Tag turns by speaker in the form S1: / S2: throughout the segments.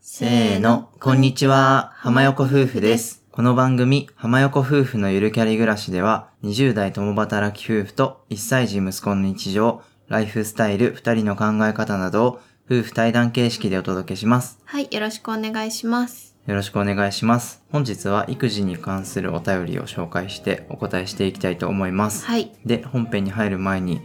S1: せーの、こんにちは、浜横夫婦です。この番組、浜横夫婦のゆるキャリ暮らしでは、20代共働き夫婦と1歳児息子の日常、ライフスタイル、2人の考え方などを、夫婦対談形式でお届けします。
S2: はい、よろしくお願いします。
S1: よろしくお願いします。本日は育児に関するお便りを紹介してお答えしていきたいと思います。
S2: はい、
S1: で、本編に入る前に、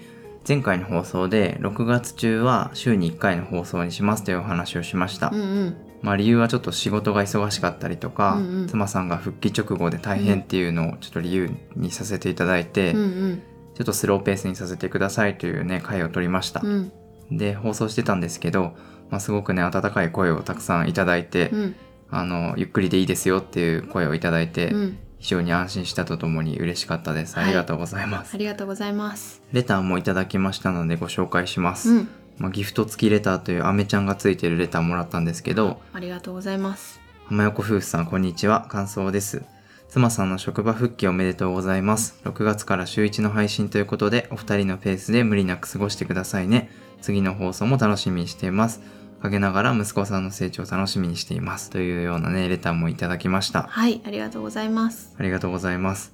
S1: 前回の放送で6月中は週に1回の放送にしますというお話をしました。
S2: うんうん、
S1: まあ、理由はちょっと仕事が忙しかったりとか、
S2: うんうん
S1: 妻さんが復帰直後で大変っていうのをちょっと理由にさせていただいて、
S2: うんうん、
S1: ちょっとスローペースにさせてくださいというね回を取りました、
S2: うん、
S1: で放送してたんですけど、まあ、すごくね温かい声をたくさんいただいて、
S2: うん、
S1: あのゆっくりでいいですよっていう声をいただいて、
S2: うん、
S1: 非常に安心したとともに嬉しかったです、
S2: はい
S1: ありがとうございます
S2: ありがとうございます。
S1: レターもいただきましたのでご紹介します、
S2: うん、
S1: まあ、ギフト付きレターというアメちゃんがついてるレターもらったんですけど、
S2: ありがとうございます。
S1: 浜横夫婦さん、こんにちは。感想です。妻さんの職場復帰おめでとうございます。6月から週1の配信ということで、お二人のペースで無理なく過ごしてくださいね。次の放送も楽しみにしています。陰ながら息子さんの成長を楽しみにしています。というようなね、レターもいただきました。
S2: はい、ありがとうございます。
S1: ありがとうございます。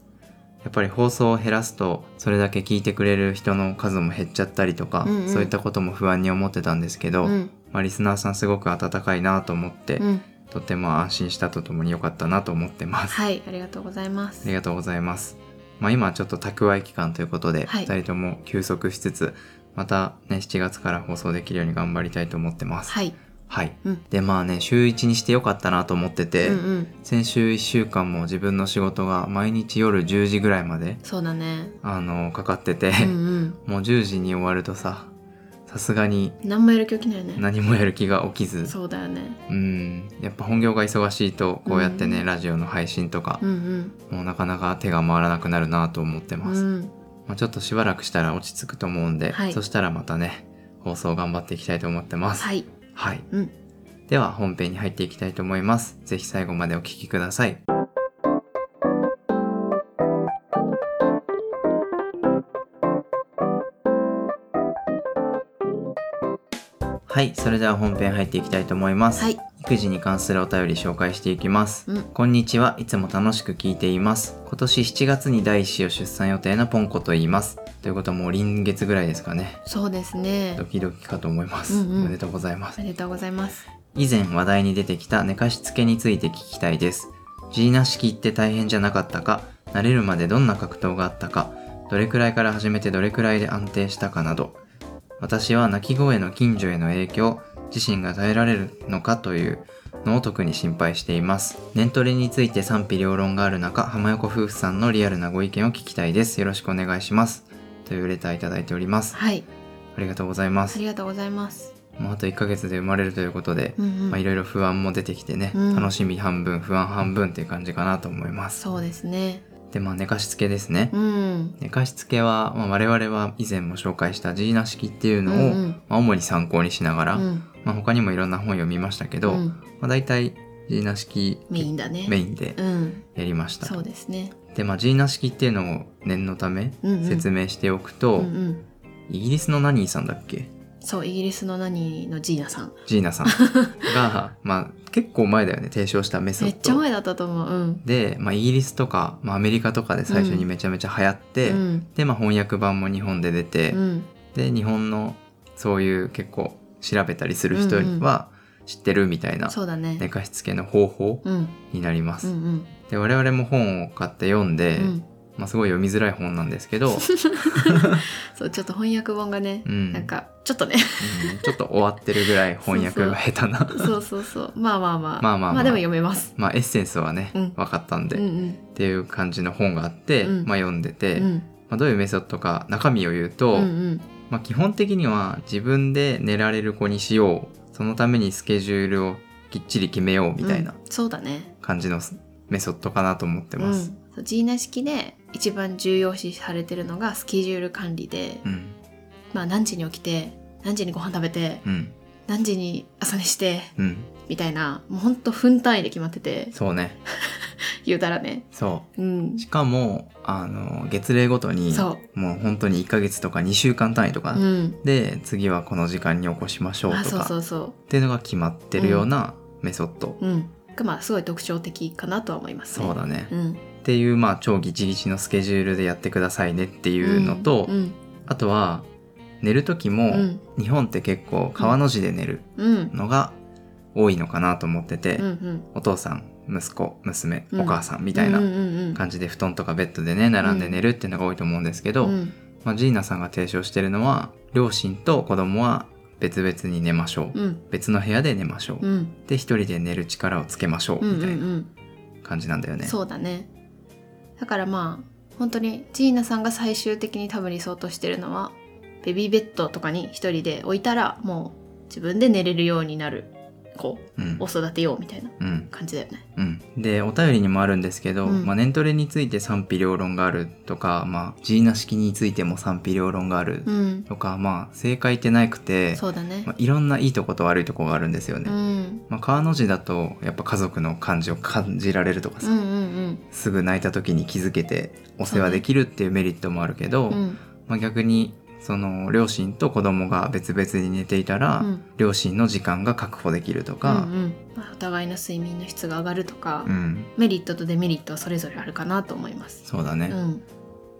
S1: やっぱり放送を減らすと、それだけ聞いてくれる人の数も減っちゃったりとか、
S2: うんうん
S1: そういったことも不安に思ってたんですけ
S2: う
S1: ど、
S2: ん、
S1: まあ、リスナーさんすごく温かいなと思って、
S2: うん、
S1: とても安心したとともに良かったなと思ってます。
S2: はい、ありがとうございま
S1: あ
S2: す
S1: り。がとうございます。まあ今ちょっと蓄え期間ということで、
S2: はい
S1: 二人とも休息しつつ、またね、7月から放送できるように頑張りたいと思ってます。
S2: はい、
S1: はい。
S2: うん
S1: で、まあね、週1にして良かったなと思ってて、
S2: うんうん、
S1: 先週1週間も自分の仕事が毎日夜10時ぐらいまで、
S2: そうだね。
S1: あの、かかってて、
S2: うんうん、
S1: もう10時に終わるとさ、さすがに
S2: 何もやる気起きないよね。
S1: 何もやる気が起きず、
S2: そうだよね。
S1: うん、やっぱ本業が忙しいと、こうやってね、
S2: うん
S1: ラジオの配信とか
S2: う、ん
S1: もうなかなか手が回らなくなるなと思って
S2: うん、
S1: ま
S2: う
S1: す、
S2: ん、
S1: まあ、ちょっとしばらくしたら落ち着くと思うんで、
S2: はい
S1: そしたらまたね放送頑張っていきたいと思ってます、
S2: はいい、
S1: はい
S2: うん、
S1: では本編に入っていきたいと思いますぜひ最後までお聞きくださいはいそれでは本編入っていきたいと思います、
S2: はい、
S1: 育児に関するお便り紹介していきます、
S2: うん
S1: こんにちはいつも楽しく聞いています今年7月に第一子を出産予定のポンコと言いますということはもう臨月ぐらいですかね
S2: そうですね
S1: ド。キドキかと思います、
S2: うんうん
S1: おめでとうございます
S2: おめでとうございます。
S1: 以前話題に出てきた寝かしつけについて聞きたいですジーナ式って大変じゃなかったか慣れるまでどんな格闘があったかどれくらいから始めてどれくらいで安定したかなど私は泣き声の近所への影響自身が耐えられるのかというのを特に心配しています年トレについて賛否両論がある中浜横夫婦さんのリアルなご意見を聞きたいですよろしくお願いしますというレターいただいております
S2: はい、
S1: ありがとうございま
S2: あ
S1: す
S2: りがとうございます。
S1: もうあと1ヶ月で生まれるということで、
S2: うんう
S1: まあ、い
S2: ん、
S1: ろいろ不安も出てきてね、
S2: うん
S1: 楽しみ半分不安半分っていう感じかなと思います
S2: そうですね。
S1: でまあ寝かしつけですね、
S2: うん、
S1: 寝かしつけは、まあ、我々は以前も紹介したジーナ式っていうのを、
S2: うんうん
S1: まあ、主に参考にしながら、
S2: うん、
S1: まあ、他にもいろんな本読みましたけど、
S2: う
S1: ま
S2: ん
S1: あ、大体ジーナ式
S2: メインだね。
S1: メインで
S2: うん、
S1: やりました、
S2: そうですね。
S1: でまあジーナ式っていうのを念のため
S2: うんうん
S1: 説明しておくと、
S2: うんうん、
S1: イギリスのナニーさんだっけ
S2: そうイギリスの何のジーナさん
S1: ジーナさん が、まあ、結構前だよね提唱したメソッ
S2: め
S1: ド
S2: っちゃ前だったと思ううん
S1: で、まあ、イギリスとか、まあ、アメリカとかで最初にめちゃめちゃ流行って、
S2: うん
S1: で、まあ、翻訳版も日本で出て、
S2: うん
S1: で日本のそういう結構調べたりする人は知ってるみたいな
S2: そうだね
S1: 寝かしつけの方法
S2: うん
S1: になります。
S2: うんうん
S1: で我々も本を買って読んで、
S2: うん
S1: まあ、すごい読みづらい本なんです けど、
S2: そうちょっと翻訳本がね
S1: うん
S2: なんかちょっとね
S1: うんちょっと終わってるぐらい翻訳が下手な
S2: そうそうそうまあまあまあ
S1: まあまあまあ
S2: でも読めます
S1: まあエッセンスはね、
S2: うん
S1: 分かったんで、
S2: うん
S1: っ
S2: うん
S1: ていう感じの本があって、
S2: うん
S1: まあ、読んでて、
S2: うん
S1: まあ、どういうメソッドか中身を言うと、
S2: うんうん
S1: まあ、基本的には自分で寝られる子にしようそのためにスケジュールをきっちり決めようみたいな
S2: うんそうだね
S1: 感じのメソッドかなと思って
S2: う
S1: ま
S2: ん
S1: す。
S2: そうジーナ式で一番重要視されてるのがスケジュール管理で
S1: うん、
S2: まあ何時に起きて何時にご飯食べて
S1: うん、
S2: 何時に朝寝して
S1: うん、
S2: みたいなもうほんと分単位で決まってて
S1: そうね。
S2: 言うたらね
S1: そ
S2: うん
S1: う。しかもあの月齢ごとに
S2: そ
S1: もう本当に1ヶ月とか2週間単位とか、
S2: うん
S1: で次はこの時間に起こしましょう
S2: あ
S1: と
S2: そう
S1: か
S2: そうそ
S1: っていうのが決まってるような。メソッド。
S2: うん、がまあすごい特徴的かなとは思いますね。
S1: そうだね。
S2: うん、
S1: っていう、まあ、超ギチギチのスケジュールでやってくださいねっていうのと、
S2: うん
S1: あとは、寝る時
S2: う
S1: も、
S2: ん
S1: 日本って結構川の字で寝る
S2: うん
S1: のが多いのかなと思ってて、
S2: うんうん、
S1: お父さん、息子、娘、
S2: うん
S1: お母さんみたいな
S2: うんうんうん
S1: 感じで布団とかベッドでね、並んで寝るっていうのが多いと思うんですけど、
S2: うん
S1: まあ、ジーナさんが提唱してるのは、両親と子供は別々に寝ましょう。
S2: うん
S1: 別の部屋で寝ましょう。
S2: うん
S1: で、一人で寝る力をつけましょう。
S2: うん
S1: みた
S2: う
S1: いなん感じなんだよね。
S2: そうだねだからまあ本当にジーナさんが最終的に多分理想としてるのはベビーベッドとかに一人で置いたらもう自分で寝れるようになる子
S1: うん
S2: を。育てようみたいな
S1: うん。
S2: 感じだよね。
S1: うん。で、お便りにもあるんですけど、
S2: うん
S1: まあ、年トレについて賛否両論があるとか、まあ、ジーナ式についても賛否両論がある
S2: うん、
S1: とか、まあ、正解ってなくて、
S2: そうだね
S1: ま。あ、いろんないいとこと悪いとこがあるんですよね。
S2: うん、
S1: まあ、川の字だとやっぱ家族の感じを感じられるとか
S2: う
S1: さ、
S2: んうん
S1: すぐ泣いた時に気づけてお世話できるっていうメリットもあるけど、
S2: うんうん
S1: まあ、逆にその両親と子供が別々に寝ていたら、
S2: うん
S1: 両親の時間が確保できるとか
S2: うん、うんまあ、お互いの睡眠の質が上がるとか、
S1: うん
S2: メリットとデメリットはそれぞれあるかなと思います。
S1: そうだね、
S2: うん、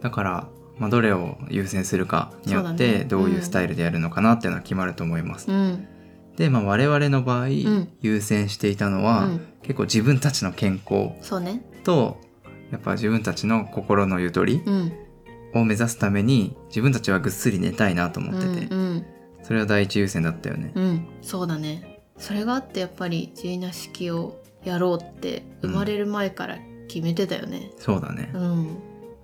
S1: だから、まあ、どれを優先するかによっ
S2: そうだ
S1: て
S2: ね
S1: どういうスタイルでやるのかなっていうのは決まると思います。
S2: うん、
S1: で、まあ、我々の場合、
S2: ん
S1: 優先していたの
S2: う
S1: は、
S2: ん、
S1: 結構自分たちの健康
S2: そうね。
S1: とやっぱ自分たちの心のゆとり
S2: うん、
S1: を目指すために自分たちはぐっすり寝たいなと思ってて、
S2: うん、うん
S1: それは第一優先だったよね。
S2: うん、そうだね。それがあってやっぱりジーナ式をやろうって生まれる前から決めてたよね。
S1: そうだね
S2: う、ん、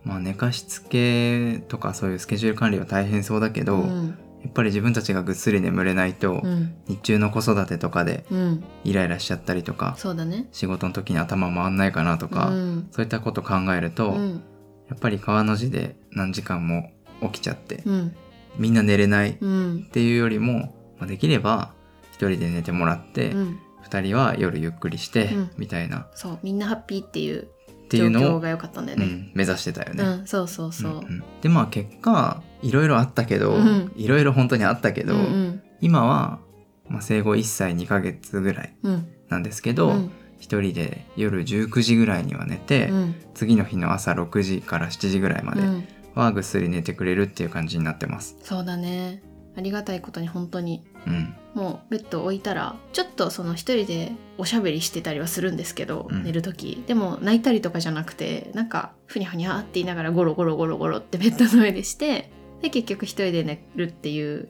S1: まあ、寝かしつけとかそういうスケジュール管理は大変そうだけ
S2: う
S1: ど、や
S2: ん、
S1: っぱり自分たちがぐっすり眠れないと、
S2: うん、
S1: 日中の子育てとかで
S2: うん、
S1: イライラしちゃったりとか
S2: そうだね。
S1: 仕事の時に頭回んないかなとか、
S2: うん、
S1: そういったこと考えると、
S2: うん、
S1: やっぱり川の字で何時間も起きちゃって、
S2: うん、
S1: みんな寝れない
S2: うん
S1: っ、ていうよりも、まあ、できれば一人で寝てもらって、
S2: うん、
S1: 二人は夜ゆっくりして、
S2: うん
S1: みたいな
S2: そう、みんなハッピーっていう
S1: ってい
S2: 状
S1: うの
S2: 況
S1: を、
S2: が良かったんだよ
S1: う
S2: ね。
S1: ん、目指してたよ
S2: う
S1: ね。
S2: ん、そうそうそう。
S1: んんでまあ結果いろいろあったけど、
S2: うん
S1: いろいろ本当にあったけど、
S2: うんうん
S1: 今は、まあ、生後1歳2ヶ月ぐらい
S2: うん
S1: なんですけど
S2: うん
S1: 一、人で夜19時ぐらいには寝て、
S2: うん
S1: 次の日の朝6時から7時ぐらいまで
S2: うん
S1: はぐっすり寝てくれるっていう感じになってます。
S2: そうだねありがたいことに本当に
S1: うん
S2: もうベッド置いたらちょっとその一人でおしゃべりしてたりはするんですけど、
S1: うん
S2: 寝る時でも泣いたりとかじゃなくてなんかふにゃふにゃって言いながらゴロゴロゴロゴロってベッドの上でしてで結局一人で寝るっていう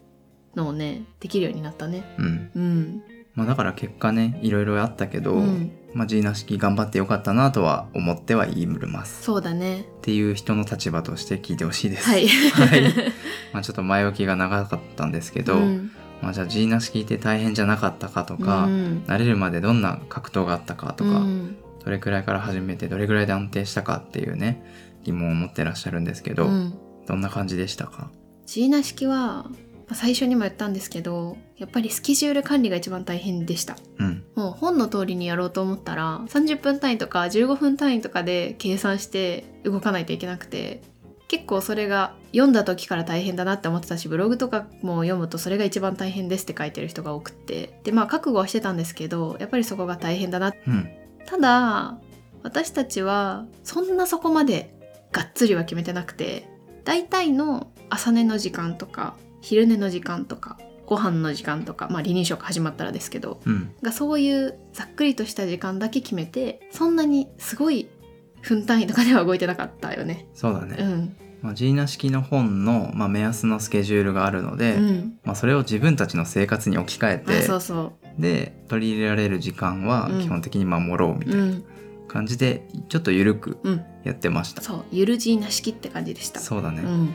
S2: のをねできるようになったね
S1: うん
S2: うん
S1: まあ、だから結果ねいろいろあったけど、
S2: うん
S1: まあ、ジーナ式頑張ってよかったなとは思ってはいます。
S2: そうだね
S1: っていう人の立場として聞いてほしいです。
S2: はい
S1: はい まあちょっと前置きが長かったんですけど、
S2: うん
S1: まあ、じゃあジーナ式って大変じゃなかったかとか、
S2: うん
S1: 慣れるまでどんな格闘があったかとか、
S2: うん
S1: どれくらいから始めてどれくらいで安定したかっていうね疑問を持ってらっしゃるんですけど、
S2: うん
S1: どんな感じでしたか
S2: ジーナ式はまあ最初にも言ったんですけどやっぱりスケジュール管理が一番大変でした
S1: うん
S2: もう本の通りにやろうと思ったら30分単位とか15分単位とかで計算して動かないといけなくて結構それが読んだ時から大変だなって思ってたしブログとかも読むとそれが一番大変ですって書いてる人が多くってでまあ覚悟はしてたんですけどやっぱりそこが大変だな
S1: うん
S2: ただ私たちはそんなそこまでがっつりは決めてなくて大体の朝寝の時間とか昼寝の時間とかご飯の時間とかまあ離乳食始まったらですけど
S1: うん
S2: がそういうざっくりとした時間だけ決めてそんなにすごい分単位とかでは動いてなかったよね。
S1: そうだ
S2: う
S1: ね、
S2: ん、
S1: まあ、ジーナ式の本の、まあ、目安のスケジュールがあるので、
S2: うん、
S1: まあ、それを自分たちの生活に置き換
S2: あ
S1: えて
S2: そうそ
S1: で取り入れられる時間は
S2: うん
S1: 基本的に守ろうみ
S2: う、
S1: たいうなん感じでちょっと緩く
S2: うん、
S1: やってました、
S2: そうゆるじいな式って感じでした。
S1: そうだね、
S2: うん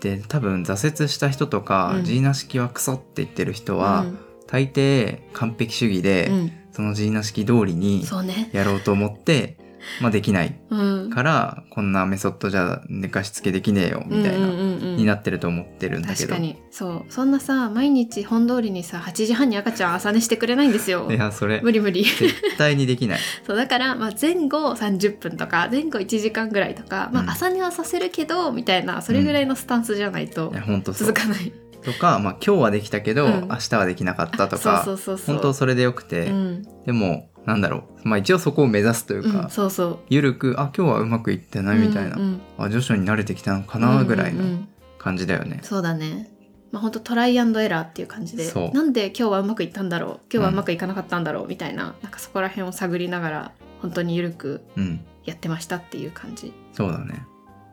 S1: で多分挫折した人とか、
S2: うん
S1: ジーナ式はクソって言ってる人は、大抵完璧主義で、
S2: うんうん
S1: そのジーナ式通りに
S2: そうね、
S1: やろうと思って、まあ、できない
S2: うん、
S1: からこんなメソッドじゃ寝かしつけできねえよみたいな、
S2: うんうんうんうん
S1: になってると思ってるんだけ
S2: 確
S1: ど
S2: かにそうそんなさ毎日本通りにさ8時半に赤ちゃん朝寝してくれないんですよ
S1: いやそれ
S2: 無理無理
S1: 絶対にできない、
S2: そうだから、まあ、前後30分とか前後1時間ぐらいとか、ま
S1: うん
S2: あ、朝寝はさせるけどみたいなそれぐらいのスタンスじゃないと
S1: いやほんとそ
S2: 続
S1: う
S2: かない、
S1: とか、まあ、今日はできたけど、
S2: うん
S1: 明日はできなかったと
S2: そう
S1: か
S2: そうそうそう
S1: 本当それでよくて、
S2: うん
S1: でもなんだろう、まあ、一応そこを目指すという
S2: う
S1: か、
S2: ん、そうそう
S1: ゆるくあ今日はうまくいってないみたいな、
S2: うんうん
S1: あ徐々に慣れてきたのかなぐらい
S2: うんうんう
S1: の
S2: ん
S1: 感じだよね。
S2: そうだねまあ本当トライアンドエラーっていう感じで
S1: そう
S2: なんで今日はうまくいったんだろう今日はうまくいかなかったんだろうみたいな,、なんかそこら辺を探りながら本当にゆるく
S1: うん、
S2: やってましたっていう感じ
S1: そうだね、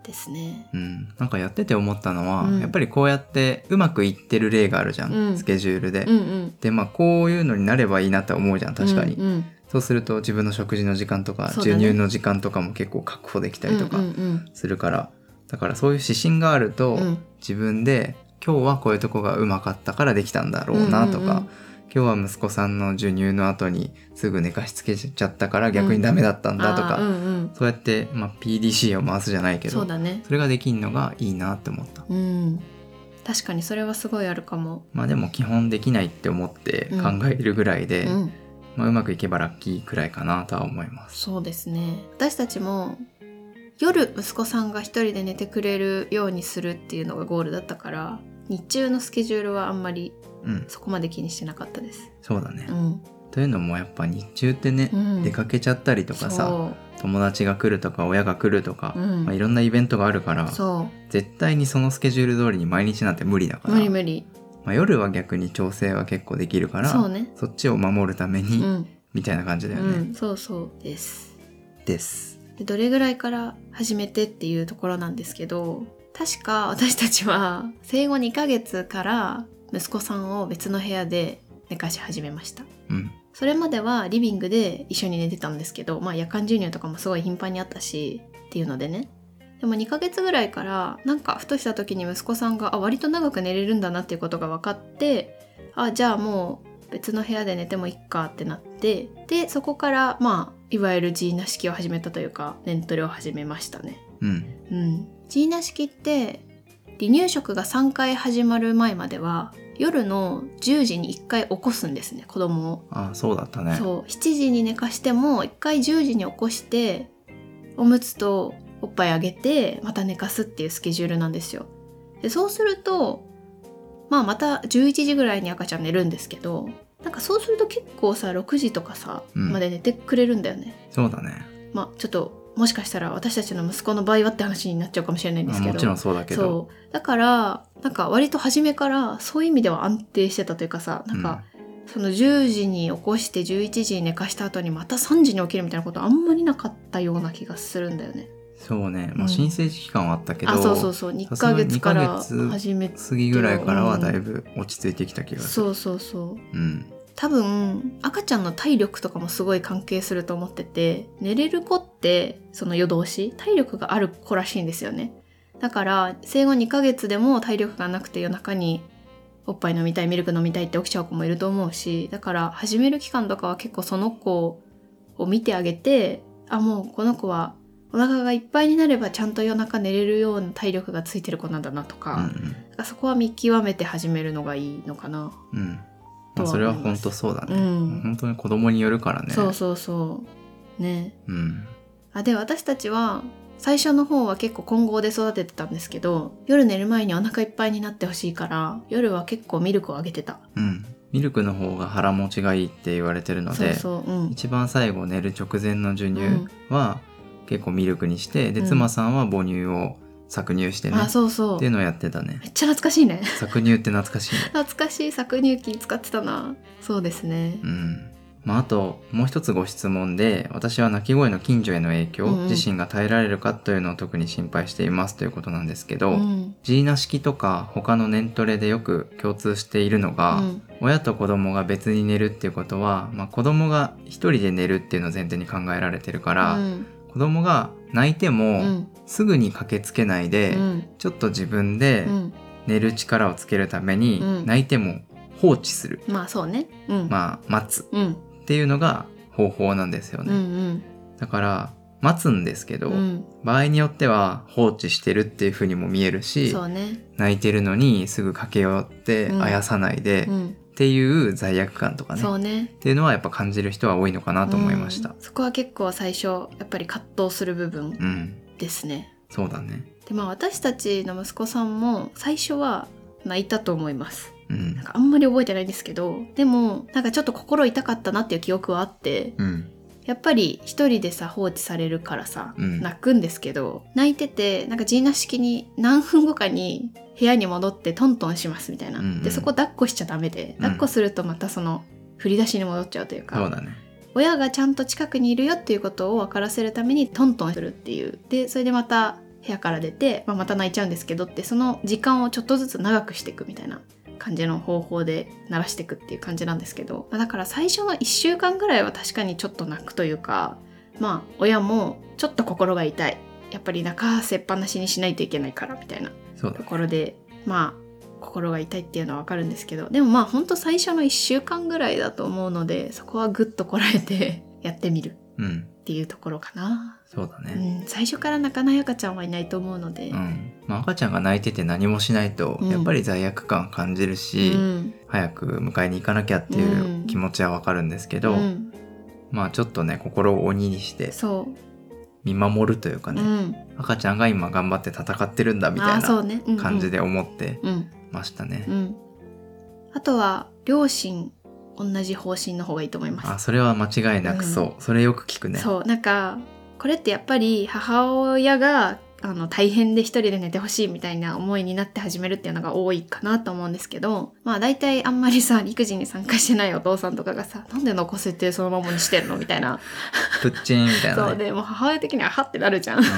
S2: ですね
S1: うん、なんかやってて思ったのは、
S2: うん
S1: やっぱりこうやってうまくいってる例があるじゃん、
S2: うん
S1: スケジュールで。
S2: うんうん
S1: でまあこういうのになればいいなって思うじゃん確かに、
S2: うんうん
S1: そうすると自分の食事の時間とか、
S2: そうだね
S1: 授乳の時間とかも結構確保できたりとか
S2: うんうん
S1: するから、だからそういう指針があると、
S2: うんうん
S1: 自分で今日はこういうとこがうまかったからできたんだろうなとか、
S2: うんうんうん
S1: 今日は息子さんの授乳の後にすぐ寝かしつけちゃったから逆にダメだったんだとか、
S2: あーうんうん
S1: そうやって、まあ、PDC を回すじゃないけど
S2: そうだね
S1: それができんのがいいなって思った。
S2: うん確かにそれはすごいあるかも、
S1: まあでも基本できないって思って考えるぐらいで、う
S2: うん
S1: まあ、うまくいけばラッキーくらいかなとは思います。
S2: そうですね私たちも夜息子さんが一人で寝てくれるようにするっていうのがゴールだったから日中のスケジュールはあんまり
S1: うん、
S2: そこまで気にしてなかったです。
S1: そうだね、
S2: うん、
S1: というのもやっぱ日中ってね、
S2: うん
S1: 出かけちゃったりとかさ友達が来るとか親が来るとか、
S2: そう、うん
S1: まあ、いろんなイベントがあるから
S2: そ
S1: 絶対にそのスケジュール通りに毎日なんて無理だか
S2: う
S1: ら
S2: 無理無理
S1: まあ、夜は逆に調整は結構できるから
S2: そうね
S1: そっちを守るため
S2: う
S1: に、
S2: ん、
S1: みたいな感じだよ
S2: う
S1: ね。
S2: ん、そうそうです
S1: です。
S2: でどれぐらいから始めてっていうところなんですけど確か私たちは生後2ヶ月から息子さんを別の部屋で寝かし始めました
S1: うん
S2: それまではリビングで一緒に寝てたんですけど、まあ、夜間授乳とかもすごい頻繁にあったしっていうのでねでも2ヶ月ぐらいからなんかふとした時に息子さんがあ割と長く寝れるんだなっていうことが分かってあじゃあもう別の部屋で寝てもいっかってなってでそこからまあいわゆるジーナ式を始めたというか念トレを始めましたね。
S1: うん
S2: うん、ジーナ式って離乳食が3回始まる前までは夜の10時に1回起こすんですね子供を。
S1: あそうだったね。
S2: そう7時に寝かしても一回10時に起こしておむつとおっぱいあげてまた寝かすっていうスケジュールなんですよ。でそうするとまあまた11時ぐらいに赤ちゃん寝るんですけどなんかそうすると結構さ6時とかさ
S1: うん
S2: まで寝てくれるんだよね。
S1: そうだね。
S2: まあちょっともしかしたら私たちの息子の場合はって話になっちゃうかもしれないんで
S1: ますあ、
S2: けど。
S1: もちろんそうだけど。
S2: そうだからなんか割と初めからそういう意味では安定してたというかさなんか、その10時に起こして11時に寝かした後にまた3時に起きるみたいなことあんまりなかったような気がするんだよね。
S1: うんそうね。
S2: う
S1: まあ、
S2: ん
S1: 申請期間はあったけど、
S2: あそうそうそう2ヶ月から
S1: さすがに二ヶ月
S2: 始め
S1: 次ぐらいからはだいぶ落ち着いてきた気がする。
S2: そうそうそう
S1: うん。
S2: 多分赤ちゃんの体力とかもすごい関係すると思ってて寝れる子ってその夜通し体力がある子らしいんですよねだから生後2ヶ月でも体力がなくて夜中におっぱい飲みたいミルク飲みたいって起きちゃう子もいると思うしだから始める期間とかは結構その子を見てあげてあもうこの子はお腹がいっぱいになればちゃんと夜中寝れるような体力がついてる子なんだなとか,、
S1: うん
S2: そこは見極めて始めるのがいいのかな。
S1: うん。うん。
S2: とは思い
S1: まあ、
S2: ます
S1: それは本当そうだね。
S2: うん
S1: 本当に子供によるからね。
S2: そうそうそうね
S1: うん。
S2: あで私たちは最初の方は結構混合で育ててたんですけど夜寝る前にお腹いっぱいになってほしいから夜は結構ミルクをあげてた
S1: うん。ミルクの方が腹持ちがいいって言われてるの
S2: そう
S1: で、
S2: そううん
S1: 一番最後寝る直前の授乳
S2: うん
S1: は結構ミルクにして、で
S2: うん
S1: 妻さんは母乳を搾乳してね、
S2: あそうそう
S1: って
S2: め
S1: いう
S2: っ
S1: のをやって たね
S2: ちゃ懐かしいね
S1: 搾乳って懐かしいね
S2: 懐かしい搾乳機使ってたなそうですね
S1: うんまあ、あともう一つご質問で私は鳴き声の近所への影響、
S2: うんうん
S1: 自身が耐えられるかというのを特に心配していますということなんですけ
S2: う
S1: ど、
S2: ん
S1: ジーナ式とか他の年トレでよく共通しているのが、
S2: うん
S1: 親と子供が別に寝るっていうことは、まあ、子供が一人で寝るっていうのを前提に考えられてるから、
S2: うん
S1: 子供が泣いて
S2: う
S1: も
S2: ん
S1: すぐに駆けつけないで、
S2: うん
S1: ちょっと自分で
S2: うん
S1: 寝る力をつけるために、
S2: うん
S1: 泣いても放置する、
S2: まあそうねうん
S1: まあ待つ
S2: うん
S1: っていうのが方法なんですよ
S2: うんう
S1: ね、
S2: ん
S1: だから待つんですけど、
S2: うん
S1: 場合によっては放置してるっていう風にも見えるし
S2: そうね
S1: 泣いてるのにすぐ駆け寄って
S2: うん
S1: あやさないで、
S2: う
S1: っ
S2: ん
S1: ていう罪悪感とかね
S2: そ
S1: っ
S2: うね
S1: ていうのはやっぱ感じる人は多いのかなと思いました
S2: うんそこは結構最初やっぱり葛藤する部分
S1: うん、
S2: ですね
S1: そうだね
S2: でまあ私たちの息子さんも最初は泣いたと思います
S1: うん
S2: なんかあんまり覚えてないんですけどでもなんかちょっと心痛かったなっていう記憶はあって
S1: うん
S2: やっぱり一人でさ放置されるからさ、
S1: うん
S2: 泣くんですけど泣いててなんかジーナ式に何分後かに部屋に戻ってトントンしますみたいな、
S1: うんうん
S2: でそこ抱っこしちゃダメで
S1: ん
S2: 抱っこするとまたその振り出しに戻っちゃうというか、
S1: そうだね
S2: 親がちゃんと近くにいるよっていうことを分からせるためにトントンするっていうでそれでまた部屋から出て、まあ、また泣いちゃうんですけどってその時間をちょっとずつ長くしていくみたいな感じの方法で鳴らしていくっていう感じなんですけど、まあだから最初の1週間ぐらいは確かにちょっと泣くというかまあ親もちょっと心が痛いやっぱり泣かせっぱなしにしないといけないからみたいな
S1: そうだ
S2: ところでまあ心が痛いっていうのはわかるんですけどでもまあほんと最初の1週間ぐらいだと思うのでそこはグッとこらえて やってみる
S1: うん
S2: っていうところかな、
S1: そうだ
S2: う
S1: ね
S2: ん、最初から泣かない赤ちゃんはいないと思うので
S1: うん、まあ、赤ちゃんが泣いてて何もしないと
S2: うん
S1: やっぱり罪悪感感じるし、
S2: うん
S1: 早く迎えに行かなきゃっていう気持ちはわかるんですけど、
S2: うん
S1: まあちょっとね心を鬼にして
S2: そ
S1: 見守るというか
S2: う、
S1: ね、
S2: うん、
S1: 赤ちゃんが今頑張って戦ってるんだみ
S2: あ
S1: たい
S2: ーそう
S1: な
S2: ね、うんうん
S1: 感じで思って
S2: うん
S1: ましたね。
S2: うんあとは両親同じ方針の方がいいと思います
S1: あそれは間違いなくそう、それよく聞くね。
S2: そうなんかこれってやっぱり母親があの大変で一人で寝てほしいみたいな思いになって始めるっていうのが多いかなと思うんですけどまあ大体あんまりさ育児に参加してないお父さんとかがさ「なんで残せてそのままにしてんの?」みたい な
S1: プッチンみたい
S2: そ
S1: な
S2: う
S1: ね。
S2: でもう母親的にははってなるじゃんだか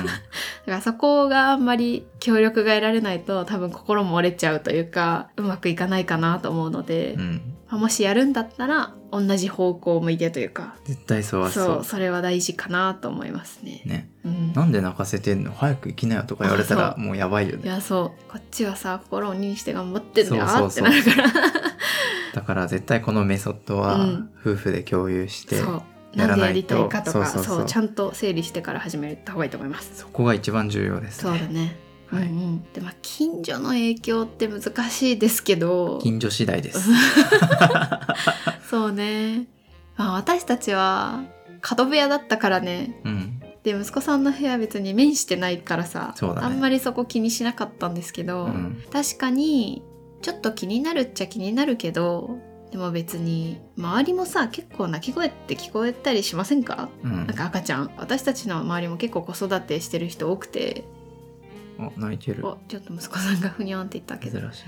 S2: らそこがあんまり協力が得られないと多分心も折れちゃうというかうまくいかないかなと思うので、
S1: うん、うん
S2: まあもしやるんだったら同じ方向を向いてというか
S1: 絶対そうはそう
S2: そうそれは大事かなと思いますね。
S1: ね。
S2: うん
S1: なんで泣かせてんの早く行きなよとか言われた
S2: あ
S1: ら
S2: そ
S1: もうやばいよ
S2: い
S1: ね。
S2: やそうこっちはさ心を鬼にして頑張ってんだよ
S1: そう
S2: っ
S1: そ
S2: て
S1: うそう
S2: なるから
S1: だから絶対このメソッドは
S2: うん
S1: 夫婦で共有して、
S2: そう
S1: や
S2: な
S1: ら
S2: んで
S1: な
S2: や
S1: い
S2: りた
S1: と
S2: いかとか
S1: そ
S2: そうう
S1: そうそう
S2: ちゃんと整理してから始めた方がいいと思います
S1: そこが一番重要です
S2: そう
S1: ね。
S2: だね、
S1: はい
S2: うんうんでまあ近所の影響って難しいですけど
S1: 近所次第です。
S2: そうねまあ私たちは角部屋だったからね
S1: うん、
S2: で息子さんの部屋別に面してないからさ、
S1: そうだね
S2: あんまりそこ気にしなかったんですけど、
S1: うん、
S2: 確かにちょっと気になるっちゃ気になるけどでも別に周りもさ結構泣き声って聞こえたりしませんか
S1: うん
S2: なん、か赤ちゃん私たちの周りも結構子育てしてる人多くて
S1: あ泣いてる。
S2: おちょっと息子さんがふにゃんって言ったけ
S1: 珍
S2: ど
S1: し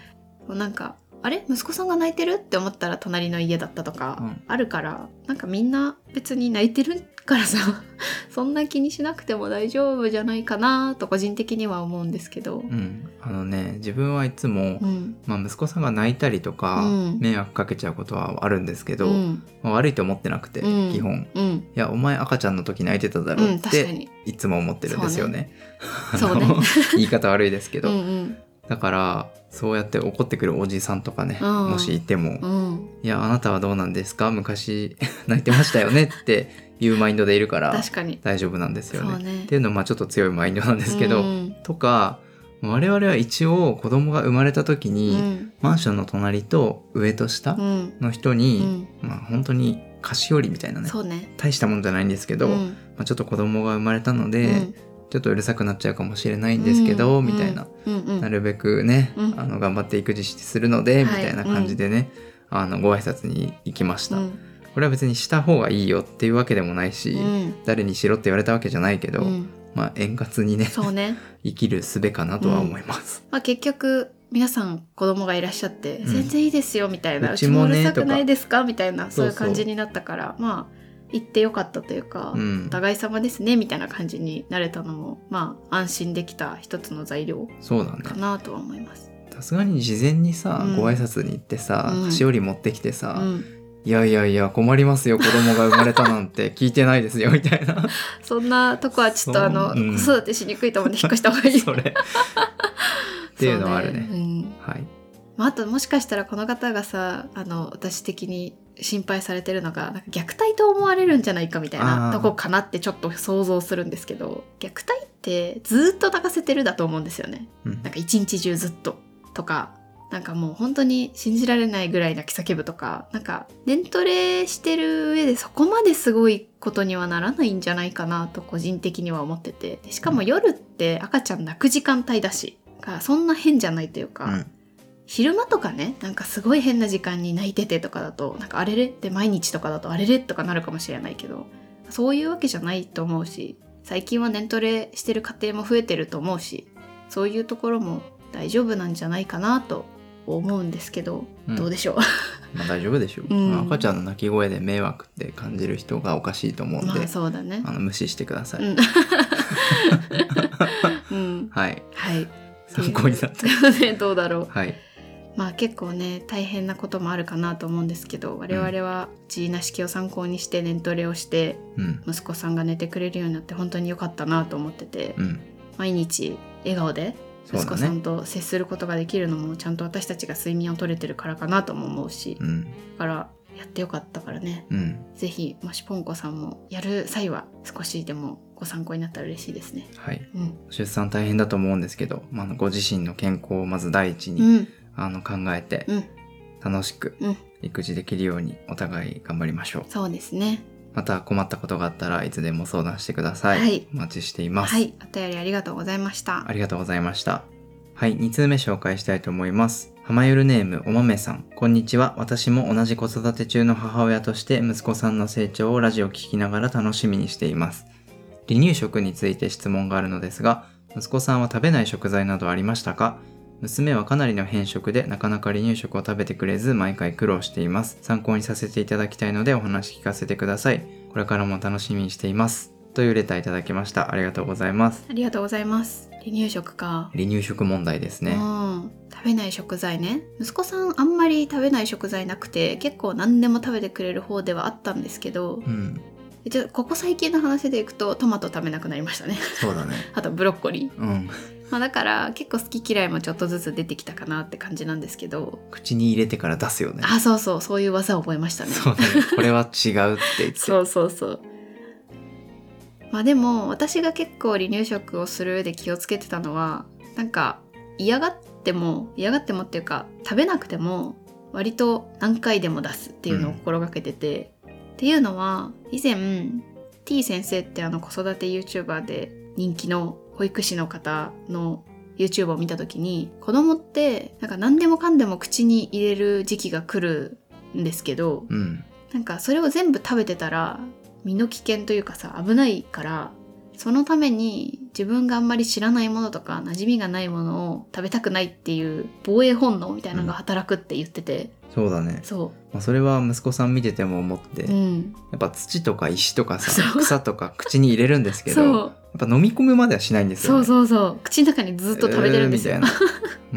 S1: い。
S2: なんかあれ息子さんが泣いてるって思ったら隣の家だったと
S1: う
S2: か
S1: ん
S2: あるから、なんかみんな別に泣いてるからさ そんな気にしなくても大丈夫じゃないかなと個人的には思うんですけど。
S1: うん、あのね自分はいつも、
S2: うん
S1: まあ、息子さんが泣いたりとか、
S2: うん
S1: 迷惑かけちゃうことはあるんですけど、
S2: うん
S1: まあ悪いと思ってなくて、
S2: うん
S1: 基本
S2: うん
S1: いやお前赤ちゃんの時泣いてただ
S2: う
S1: ろっ
S2: ん、確か
S1: て
S2: に
S1: いつも思ってるんですよね。
S2: そうね
S1: あの言い方悪いですけど、
S2: うん
S1: だからそうやって怒ってくるおじさんとかね、
S2: うん
S1: もしいても、
S2: う
S1: い
S2: んうん、
S1: やあなたはどうなんですか昔 泣いてましたよねっていうマインドでいるから
S2: 確かに
S1: 大丈夫なんですよ
S2: そう
S1: ね。
S2: ね
S1: っていうのはまあちょっと強いマインドなんですけど、
S2: うん
S1: とか我々は一応子供が生まれた時
S2: う
S1: に、
S2: ん
S1: マンションの隣と上と下
S2: うん
S1: の人
S2: う
S1: に、
S2: ん
S1: まあ本当に菓子折りみたいなね
S2: そうね
S1: 大したもんじゃないんですけど、
S2: うん
S1: まあ、ちょっと子供が生まれたの
S2: う
S1: で、
S2: ん
S1: ちょっとうるさくなっちゃうかもしれないんですけど、
S2: うん
S1: みたいな、
S2: うんうん
S1: なるべくね、
S2: うん
S1: あの頑張って育児するので、
S2: はい
S1: みたいな感じでね、あのご挨拶に行きました、
S2: うん
S1: これは別にした方がいいよっていうわけでもないし、
S2: うん
S1: 誰にしろって言われたわけじゃないけど、
S2: うん
S1: まあ円滑にね
S2: そうね、
S1: 生きる術かなとは思います、
S2: まあ、結局皆さん子供がいらっしゃって、
S1: ん
S2: 全然いいですよみたいな
S1: う
S2: う
S1: ち
S2: ち
S1: も
S2: もう
S1: ね
S2: るさくないですかみたいな
S1: そ
S2: そうう
S1: そ
S2: いうう感じになったからまあ行ってよかったというか、
S1: うん
S2: お互い様ですねみたいな感じになれたのもまあ安心できた一つの材料
S1: そうだね
S2: かなとは思います。
S1: さすがに事前にさ、
S2: うん
S1: ご挨拶に行ってさ、
S2: うん
S1: 菓子折り持ってきてさ、
S2: うん、
S1: いやいやいや困りますよ子供が生まれたなん て聞いてないですよみたいな
S2: そんなとこはちょっ
S1: そ
S2: と
S1: う
S2: あの、
S1: うん
S2: 子育てしにくいと思うんで引っ越した方がいい。
S1: それっていうのはあるね
S2: そううん
S1: はい
S2: まあ、あともしかしたらこの方がさあの私的に心配されてるのがなんか虐待と思われるんじゃないかみたい
S1: あ
S2: な
S1: ー
S2: とこかなってちょっと想像するんですけど虐待ってずっと泣かせてるだと思うんですよね
S1: うん
S2: なんか一日中ずっととかなんかもう本当に信じられないぐらい泣き叫ぶとかなんか年トレしてる上でそこまですごいことにはならないんじゃないかなと個人的には思っててでしかも夜って赤ちゃん泣く時間帯だしだからそんな変じゃないというか、
S1: うん
S2: 昼間とかねなんかすごい変な時間に泣いててとかだとなんかあれれって毎日とかだとあれれとかなるかもしれないけどそういうわけじゃないと思うし最近は年トレしてる家庭も増えてると思うしそういうところも大丈夫なんじゃないかなと思うんですけど、
S1: うん
S2: どうでしょう
S1: まあ大丈夫でしょ
S2: う
S1: う、
S2: ん
S1: まあ赤ちゃんの泣き声で迷惑って感じる人がおかしいと思うんで、
S2: まあそうだね
S1: あの無視してください、
S2: うんうん
S1: はい
S2: はい
S1: 参考になった
S2: ね どうだろう
S1: はい
S2: まあ結構ね大変なこともあるかなと思うんですけど我々はジーナ式を参考にして年トレをして
S1: うん
S2: 息子さんが寝てくれるようになって本当に良かったなと思ってて、
S1: うん
S2: 毎日笑顔で
S1: そう
S2: 息子
S1: だ
S2: さ
S1: ね
S2: んと接することができるのもちゃんと私たちが睡眠を取れてるからかなとも思うし、
S1: うん
S2: だからやってよかったからね
S1: うん
S2: 是非もしぽんこさんもやる際は少しでもご参考になったら嬉しいですね。
S1: はい
S2: うん、
S1: 出産大変だと思うんですけど、まああの、ご自身の健康をまず第一に、
S2: うん、
S1: あの考えて
S2: うん、
S1: 楽しく
S2: うん
S1: 育児できるようにお互い頑張りましょう
S2: そうですね。
S1: また困ったことがあったらいつでも相談してください、
S2: はい
S1: お待ちしています、
S2: はい、お便りありがとうございました。
S1: ありがとうございました。はい、2通目紹介したいと思います。浜ゆるネームおまめさん。こんにちは。私も同じ子育て中の母親として息子さんの成長をラジオ聞きながら楽しみにしています。離乳食について質問があるのですが、息子さんは食べない食材などありましたか娘はかなりの偏食でなかなか離乳食を食べてくれず毎回苦労しています。参考にさせていただきたいのでお話聞かせてください。これからも楽しみにしています。というレターいただきました。ありがとうございます。
S2: ありがとうございます。離乳食か。
S1: 離乳食問題です
S2: う
S1: ね。
S2: ん、食べない食材ね息子さんあんまり食べない食材なくて結構何でも食べてくれる方ではあったんですけど
S1: うん、
S2: ちょここ最近の話でいくとトマト食べなくなりましたね
S1: そうだね。
S2: あとブロッコリー、
S1: うん、
S2: まあ、だから結構好き嫌いもちょっとずつ出てきたかなって感じなんですけど
S1: 口に入れてから出すよね。
S2: あそうそうそういう技を覚えましたね
S1: そうだね。これは違うって言って。
S2: そうそうそうまあでも私が結構離乳食をする上で気をつけてたのはなんか嫌がっても嫌がってもっていうか食べなくても割と何回でも出すっていうのを心がけてて、っていうのは以前 T 先生ってあの子育て YouTuber で人気の保育士の方の YouTube を見た時に子供ってなんか何でもかんでも口に入れる時期が来るんですけど、
S1: うん、
S2: なんかそれを全部食べてたら身の危険というかさ危ないからそのために自分があんまり知らないものとか馴染みがないものを食べたくないっていう防衛本能みたいなのが働くって言ってて、
S1: そうだね。
S2: そ
S1: まあ、それは息子さん見てても思って、
S2: う、う
S1: や
S2: ん、
S1: っぱ土とか石とかさ、
S2: そう
S1: 草とか口に入れるんですけど、や
S2: そ
S1: っ
S2: う
S1: ぱ飲み込むまではしないんですよ、
S2: そう
S1: ね。う
S2: そうそう口の中にずっと食べてるんですよ、
S1: みたいな。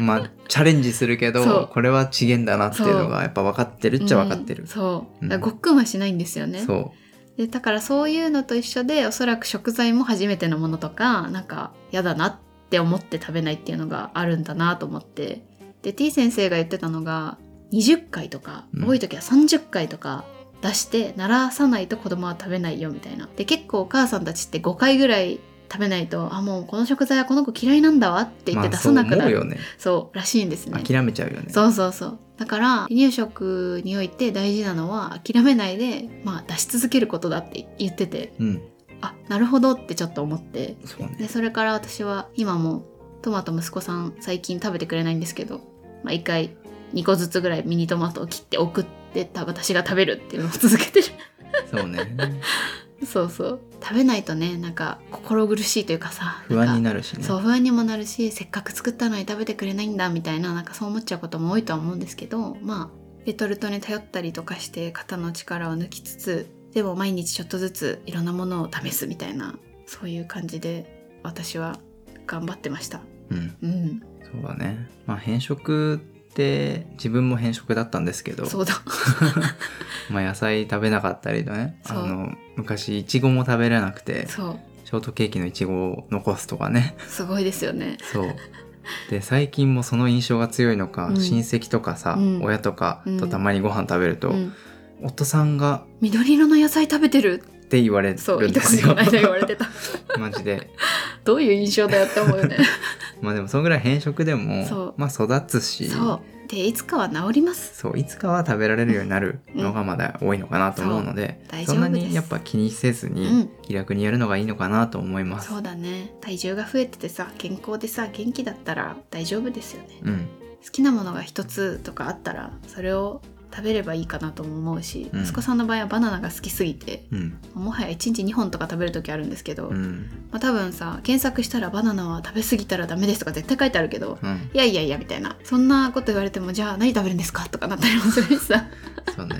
S1: まあチャレンジするけ
S2: そ
S1: ど
S2: う、
S1: これは違えんだなっていうのがやっぱ分かってるっちゃ分かって
S2: う
S1: る
S2: ん。そう
S1: うん
S2: だからごっくんはしないんですよね、
S1: そ
S2: でだからそういうのと一緒でおそらく食材も初めてのものとかなんか嫌だなって思って食べないっていうのがあるんだなと思ってで T 先生が言ってたのが20回とか
S1: うん
S2: 多い時は30回とか出して鳴らさないと子供は食べないよみたいなで結構お母さんたちって5回ぐらい食べないとあもうこの食材はこの子嫌いなんだわって
S1: う。
S2: 言って
S1: まあ
S2: 出
S1: そ
S2: さ
S1: う
S2: なくな
S1: 思う
S2: る、
S1: よね。
S2: そうらしいんですね
S1: 諦めちゃうよね。
S2: そうそうそうだから離乳食において大事なのは諦めないで、まあ、出し続けることだって言ってて
S1: うん、
S2: あなるほどってちょっと思って
S1: そう ね。
S2: でそれから私は今もトマト息子さん最近食べてくれないんですけど、まあ、1回2個ずつぐらいミニトマトを切って送ってた私が食べるっていうのを続けてる
S1: そうね。
S2: そうそう食べないとねなんか心苦しいというかさ
S1: 不安に
S2: なる
S1: なるしね。
S2: そう不安にもなるしせっかく作ったのに食べてくれないんだみたいななんかそう思っちゃうことも多いとは思うんですけどまあレトルトに頼ったりとかして肩の力を抜きつつでも毎日ちょっとずついろんなものを試すみたいなそういう感じで私は頑張ってました。
S1: うん。
S2: うん、
S1: そうだね。まあ偏食って自分も偏食だったんですけど、
S2: そうだ
S1: まあ野菜食べなかったりとね、あ
S2: そう
S1: の昔いちごも食べれなくて、
S2: そう
S1: ショートケーキのいちごを残すと かね。
S2: すごいですよね。
S1: そう。で最近もその印象が強いのか、
S2: うん
S1: 親戚とかさ、
S2: うん
S1: 親とか
S2: う
S1: と
S2: ん
S1: たまにご飯食べると、
S2: うん、
S1: 夫さんが
S2: 緑色の野菜食べてる
S1: って言われる
S2: そうい
S1: ん
S2: と
S1: で
S2: こに
S1: す
S2: こ
S1: よ
S2: の。間言われてた
S1: マジで。
S2: どういう印象だよって思うよね。
S1: まあでもそんぐらい偏食で
S2: そう
S1: もまあ育つし、
S2: そう でいつかは治ります。
S1: そういつかは食べられるようになるのがまだ多いのかなと思うので、
S2: うんそう
S1: そん
S2: 大
S1: な
S2: 丈夫です
S1: にやっぱ気にせず
S2: う
S1: に
S2: ん
S1: 気楽にやるのがいいのかなと思います。
S2: そうだね体重が増えててさ健康でさ元気だったら大丈夫ですよね
S1: うん、
S2: 好きなものが一つとかあったらそれを食べればいいかなとも思うし、
S1: うん
S2: 息子さんの場合はバナナが好きすぎて
S1: うん
S2: もはや1日2本とか食べる時あるんですけど、
S1: う
S2: ま
S1: ん
S2: あ、多分さ検索したら「バナナは食べ過ぎたらダメです」とか絶対書いてあるけど
S1: うん
S2: いやいやいやみたいなそんなこと言われてもじゃあ何食べるんですかとかなったりもするしさ
S1: そうね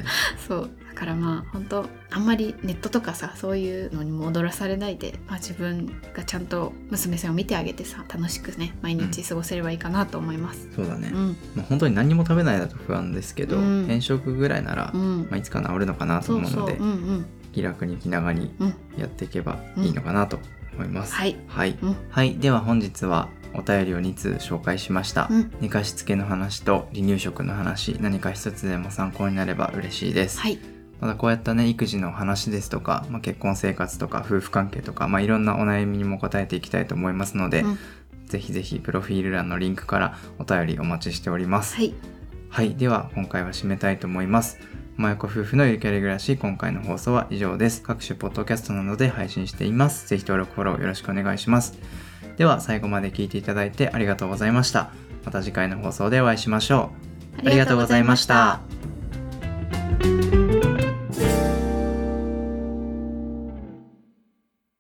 S2: そうだからまあ本当あんまりネットとかさそういうのにも踊らされないで、まあ、自分がちゃんと娘さんを見てあげてさ楽しくね毎日過ごせればいいかなと思います。
S1: そうだね、
S2: うん、
S1: まあ、本当に何も食べないだと不安ですけど、
S2: うん
S1: 偏食ぐらいなら、
S2: うん
S1: まあ、いつか治るのかなと
S2: そう
S1: 思うの
S2: そう、
S1: で
S2: うんうん
S1: 気楽に気長に
S2: うん、
S1: やっていけばいいのかなと思います、
S2: はい、
S1: はい、
S2: うん
S1: はい、では本日はお便りを2通紹介しました、
S2: うん
S1: 寝かしつけの話と離乳食の話何か一つでも参考になれば嬉しいです、
S2: はい、
S1: またこうやったね育児の話ですとか、まあ、結婚生活とか夫婦関係とか、まあ、いろんなお悩みにも答えていきたいと思いますので、
S2: うん
S1: ぜひぜひプロフィール欄のリンクからお便りお待ちしております
S2: はい、
S1: はい、では今回は締めたいと思います。マヤ子夫婦のゆるキャリ暮らし、今回の放送は以上です。各種ポッドキャストなどで配信しています。ぜひ登録、フォローよろしくお願いします。では最後まで聞いていただいてありがとうございました。また次回の放送でお会いしましょう。ありがとうございました。